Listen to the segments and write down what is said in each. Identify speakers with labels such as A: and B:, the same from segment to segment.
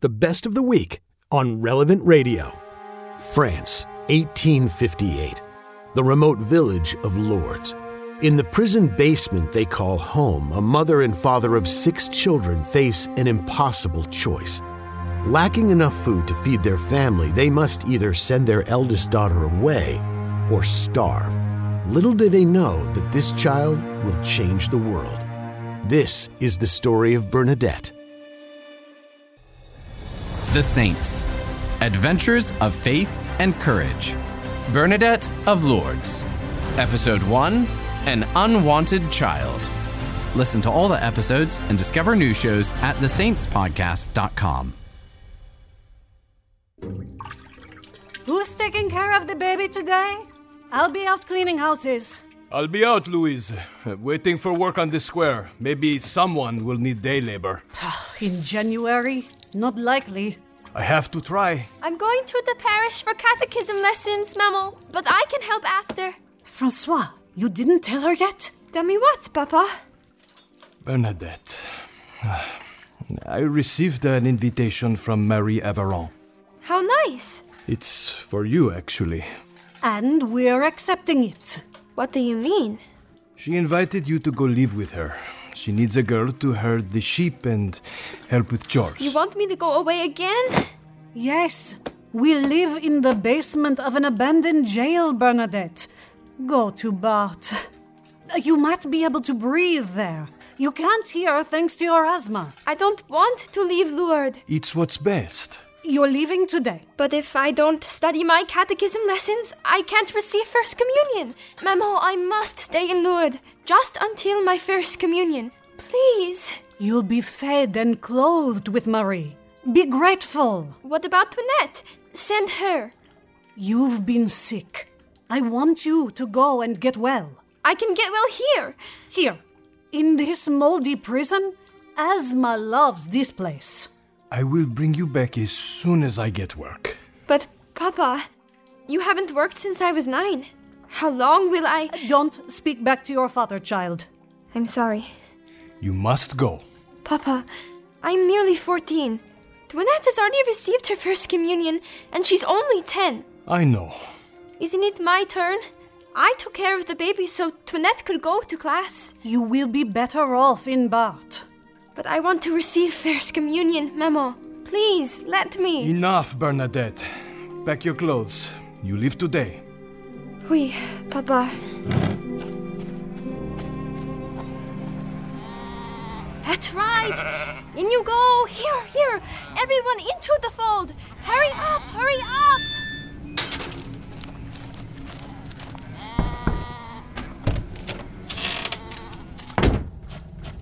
A: the best of the week on Relevant Radio. France, 1858. The remote village of Lourdes. In the prison basement they call home, a mother and father of six children face an impossible choice. Lacking enough food to feed their family, they must either send their eldest daughter away or starve. Little do they know that this child will change the world. This is the story of Bernadette.
B: The Saints Adventures of Faith and Courage. Bernadette of Lourdes. Episode 1 An Unwanted Child. Listen to all the episodes and discover new shows at thesaintspodcast.com.
C: Who's taking care of the baby today? I'll be out cleaning houses.
D: I'll be out, Louise. Waiting for work on the square. Maybe someone will need day labor.
C: In January? Not likely.
D: I have to try.
E: I'm going to the parish for catechism lessons, Memo, but I can help after.
C: Francois, you didn't tell her yet?
E: Tell me what, Papa?
D: Bernadette. I received an invitation from Marie Avaron.
E: How nice.
D: It's for you, actually.
C: And we're accepting it.
E: What do you mean?
D: She invited you to go live with her. She needs a girl to herd the sheep and help with chores.
E: You want me to go away again?
C: Yes, we live in the basement of an abandoned jail, Bernadette. Go to Bart. You might be able to breathe there. You can't hear thanks to your asthma.
E: I don't want to leave Lourdes.
D: It's what's best.
C: You're leaving today.
E: But if I don't study my catechism lessons, I can't receive First Communion. Mamo, I must stay in Lourdes, just until my First Communion. Please.
C: You'll be fed and clothed with Marie. Be grateful.
E: What about Toinette? Send her.
C: You've been sick. I want you to go and get well.
E: I can get well here.
C: Here, in this moldy prison, Asthma loves this place.
D: I will bring you back as soon as I get work.
E: But, Papa, you haven't worked since I was nine. How long will I.
C: Don't speak back to your father, child.
E: I'm sorry.
D: You must go.
E: Papa, I'm nearly 14. Toinette has already received her First Communion, and she's only 10.
D: I know.
E: Isn't it my turn? I took care of the baby so Toinette could go to class.
C: You will be better off in Bart.
E: But I want to receive First Communion, Memo. Please, let me.
D: Enough, Bernadette. Pack your clothes. You leave today.
E: Oui, Papa. That's right! In you go! Here, here! Everyone into the fold! Hurry up, hurry up!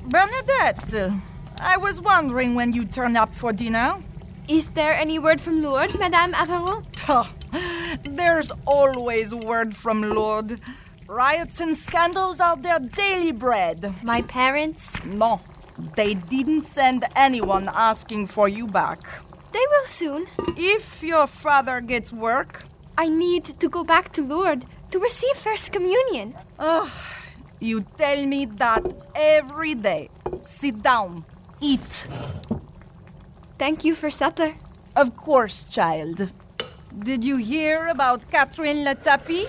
F: Bernadette, I was wondering when you turn up for dinner.
E: Is there any word from Lourdes, Madame Avaron?
F: Oh, there's always word from Lord. Riots and scandals are their daily bread.
E: My parents?
F: No, they didn't send anyone asking for you back.
E: They will soon.
F: If your father gets work,
E: I need to go back to Lourdes to receive First Communion.
F: you tell me that every day. Sit down, eat.
E: Thank you for supper.
F: Of course, child. Did you hear about Catherine Latapie?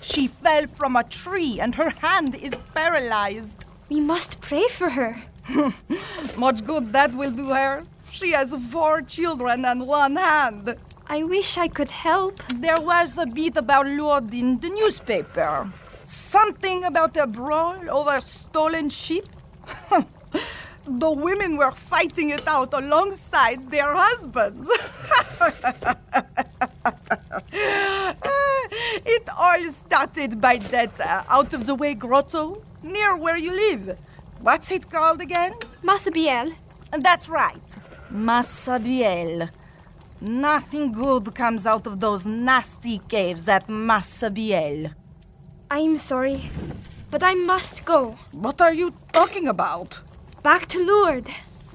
F: She fell from a tree and her hand is paralyzed.
E: We must pray for her.
F: Much good that will do her. She has four children and one hand.
E: I wish I could help.
F: There was a bit about Lord in the newspaper. Something about a brawl over stolen sheep. the women were fighting it out alongside their husbands. it all started by that uh, out of the way grotto near where you live. What's it called again?
E: Masabiel,
F: That's right. Massabielle. Nothing good comes out of those nasty caves at Massabielle.
E: I'm sorry, but I must go.
F: What are you talking about?
E: Back to Lourdes.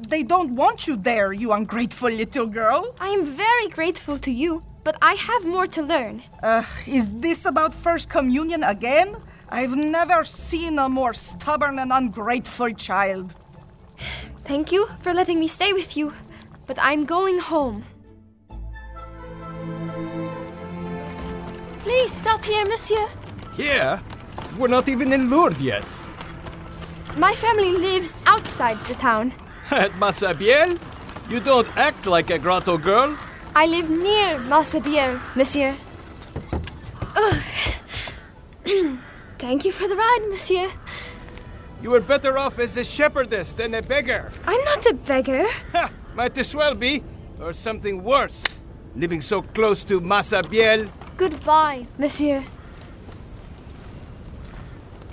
F: They don't want you there, you ungrateful little girl.
E: I am very grateful to you, but I have more to learn.
F: Ugh, is this about First Communion again? I've never seen a more stubborn and ungrateful child.
E: Thank you for letting me stay with you. but I'm going home. Please stop here, monsieur.
D: Here? We're not even in Lourdes yet.
E: My family lives outside the town.
D: At Massabielle? You don't act like a grotto girl.
E: I live near Massabielle, monsieur. Ugh. Thank you for the ride, monsieur.
D: You were better off as a shepherdess than a beggar.
E: I'm not a beggar.
D: Ha! Might as well be, or something worse. Living so close to Massabielle.
E: Goodbye, monsieur.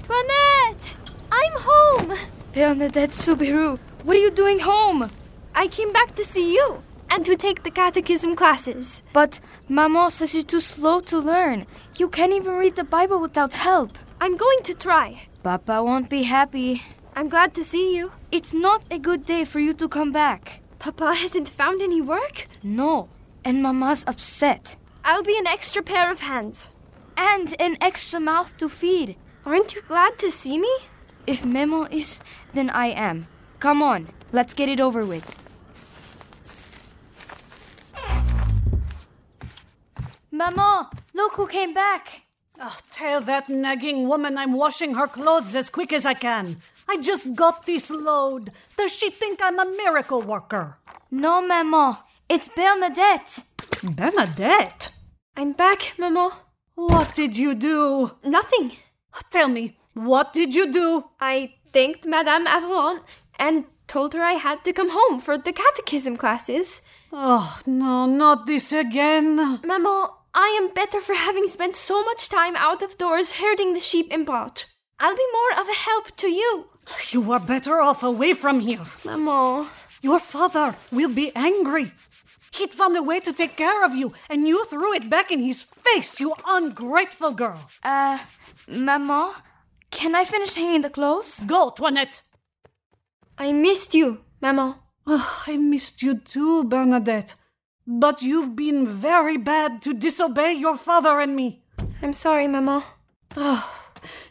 E: Toinette! I'm home! Bernadette Soubirou, what are you doing home? I came back to see you and to take the catechism classes. But Maman says you're too slow to learn. You can't even read the Bible without help. I'm going to try. Papa won't be happy. I'm glad to see you. It's not a good day for you to come back. Papa hasn't found any work? No, and Mama's upset. I'll be an extra pair of hands. And an extra mouth to feed. Aren't you glad to see me? If Memo is, then I am. Come on, let's get it over with. Maman, look who came back.
C: Oh, tell that nagging woman I'm washing her clothes as quick as I can. I just got this load. Does she think I'm a miracle worker?
E: No, Maman, it's Bernadette.
C: Bernadette?
E: I'm back, Maman.
C: What did you do?
E: Nothing.
C: Tell me, what did you do?
E: I thanked Madame Avalon and told her I had to come home for the catechism classes.
C: Oh, no, not this again.
E: Maman, I am better for having spent so much time out of doors herding the sheep in Bart. I'll be more of a help to you.
C: You are better off away from here.
E: Maman.
C: Your father will be angry. He'd found a way to take care of you, and you threw it back in his face, you ungrateful girl.
G: Uh, Maman, can I finish hanging the clothes?
C: Go, Toinette.
E: I missed you, Maman.
C: Oh, I missed you too, Bernadette. But you've been very bad to disobey your father and me.
E: I'm sorry, Maman.
C: Oh,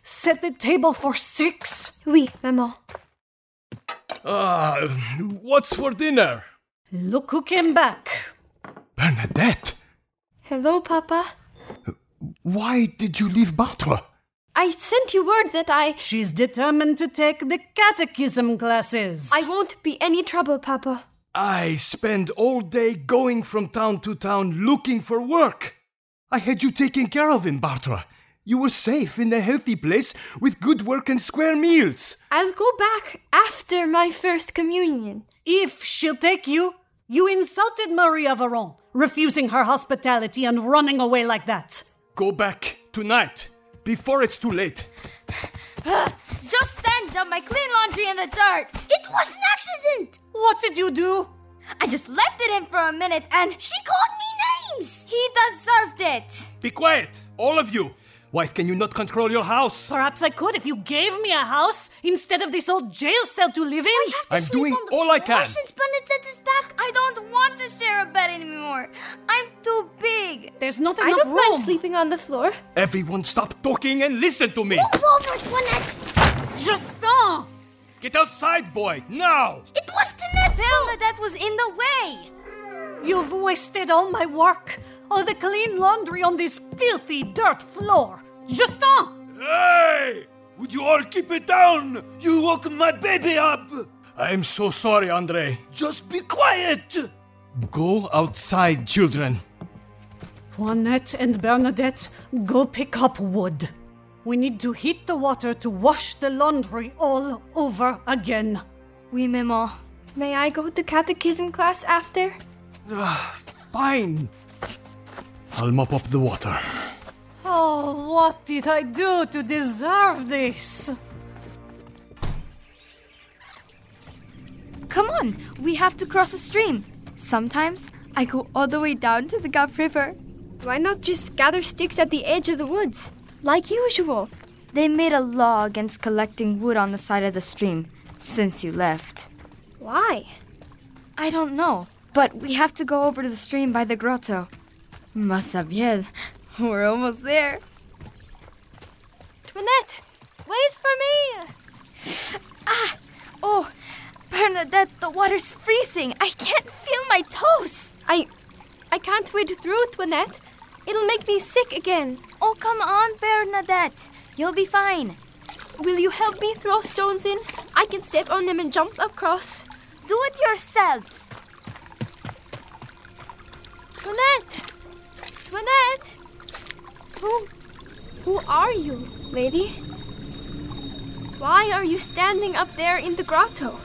C: set the table for six.
E: Oui, Maman.
D: Ah, what's for dinner?
C: Look who came back.
D: Bernadette,
E: Hello, Papa.
D: why did you leave Bartre?
E: I sent you word that I.
C: She's determined to take the catechism classes.
E: I won't be any trouble, Papa.
D: I spend all day going from town to town looking for work. I had you taken care of in Bartra. You were safe in a healthy place with good work and square meals.
E: I'll go back after my first communion.
C: If she'll take you, you insulted Marie Varon, refusing her hospitality and running away like that.
D: Go back tonight, before it's too late.
G: Just stand up my clean laundry in the dirt. It was an accident.
C: What did you do?
G: I just left it in for a minute and she called me names. He deserved it.
D: Be quiet, all of you. Wife, can you not control your house?
C: Perhaps I could if you gave me a house instead of this old jail cell to live in.
G: have
D: I'm doing all I can.
G: Since Bernadette is back, I don't want to share a bed anymore. I'm too big.
C: There's not
E: I
C: enough
E: don't
C: room.
E: mind sleeping on the floor.
D: Everyone stop talking and listen to me.
G: Move over, Toinette.
C: Justin!
D: Get outside, boy, now.
G: It was Toinette's fault.
E: That was in the way.
C: You've wasted all my work, all the clean laundry on this filthy dirt floor. Justin!
D: Hey! Would you all keep it down? You woke my baby up! I'm so sorry, Andre. Just be quiet! Go outside, children.
C: Juanette and Bernadette, go pick up wood. We need to heat the water to wash the laundry all over again.
E: Oui, Maman. May I go to catechism class after?
D: Ah, Fine. I'll mop up the water.
C: Oh, what did I do to deserve this?
G: Come on, we have to cross a stream. Sometimes I go all the way down to the Gulf River.
E: Why not just gather sticks at the edge of the woods, like usual?
G: They made a law against collecting wood on the side of the stream since you left.
E: Why?
G: I don't know, but we have to go over to the stream by the grotto. Masabiel, we're almost there.
E: Toinette, wait for me!
G: Oh, but Bernadette, the water's freezing. I can't feel my toes.
E: I. I can't wade through, Toinette. It'll make me sick again.
G: Oh, come on, Bernadette. You'll be fine.
E: Will you help me throw stones in? I can step on them and jump across.
G: Do it yourself.
E: Toinette! Toinette! Who. Who are you, lady? Why are you standing up there in the grotto?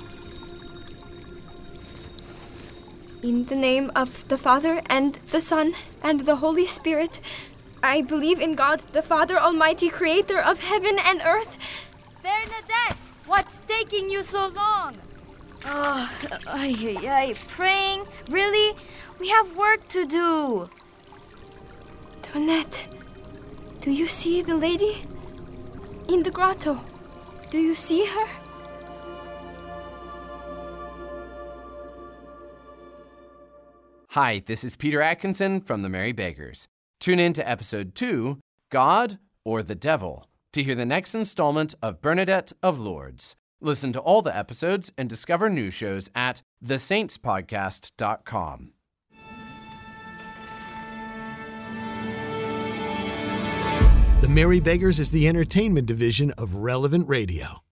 E: In the name of the Father, and the Son, and the Holy Spirit, I believe in God, the Father Almighty, creator of heaven and earth.
G: Bernadette, what's taking you so long? Oh, ay, ay, ay, praying? Really? We have work to do.
E: Toinette, do you see the lady? In the grotto. Do you see her?
B: Hi, this is Peter Atkinson from The Merry Bakers. Tune in to episode 2 God or the Devil to hear the next installment of Bernadette of Lourdes. Listen to all the episodes and discover new shows at thesaintspodcast.com.
A: The Merry Beggars is the entertainment division of Relevant Radio.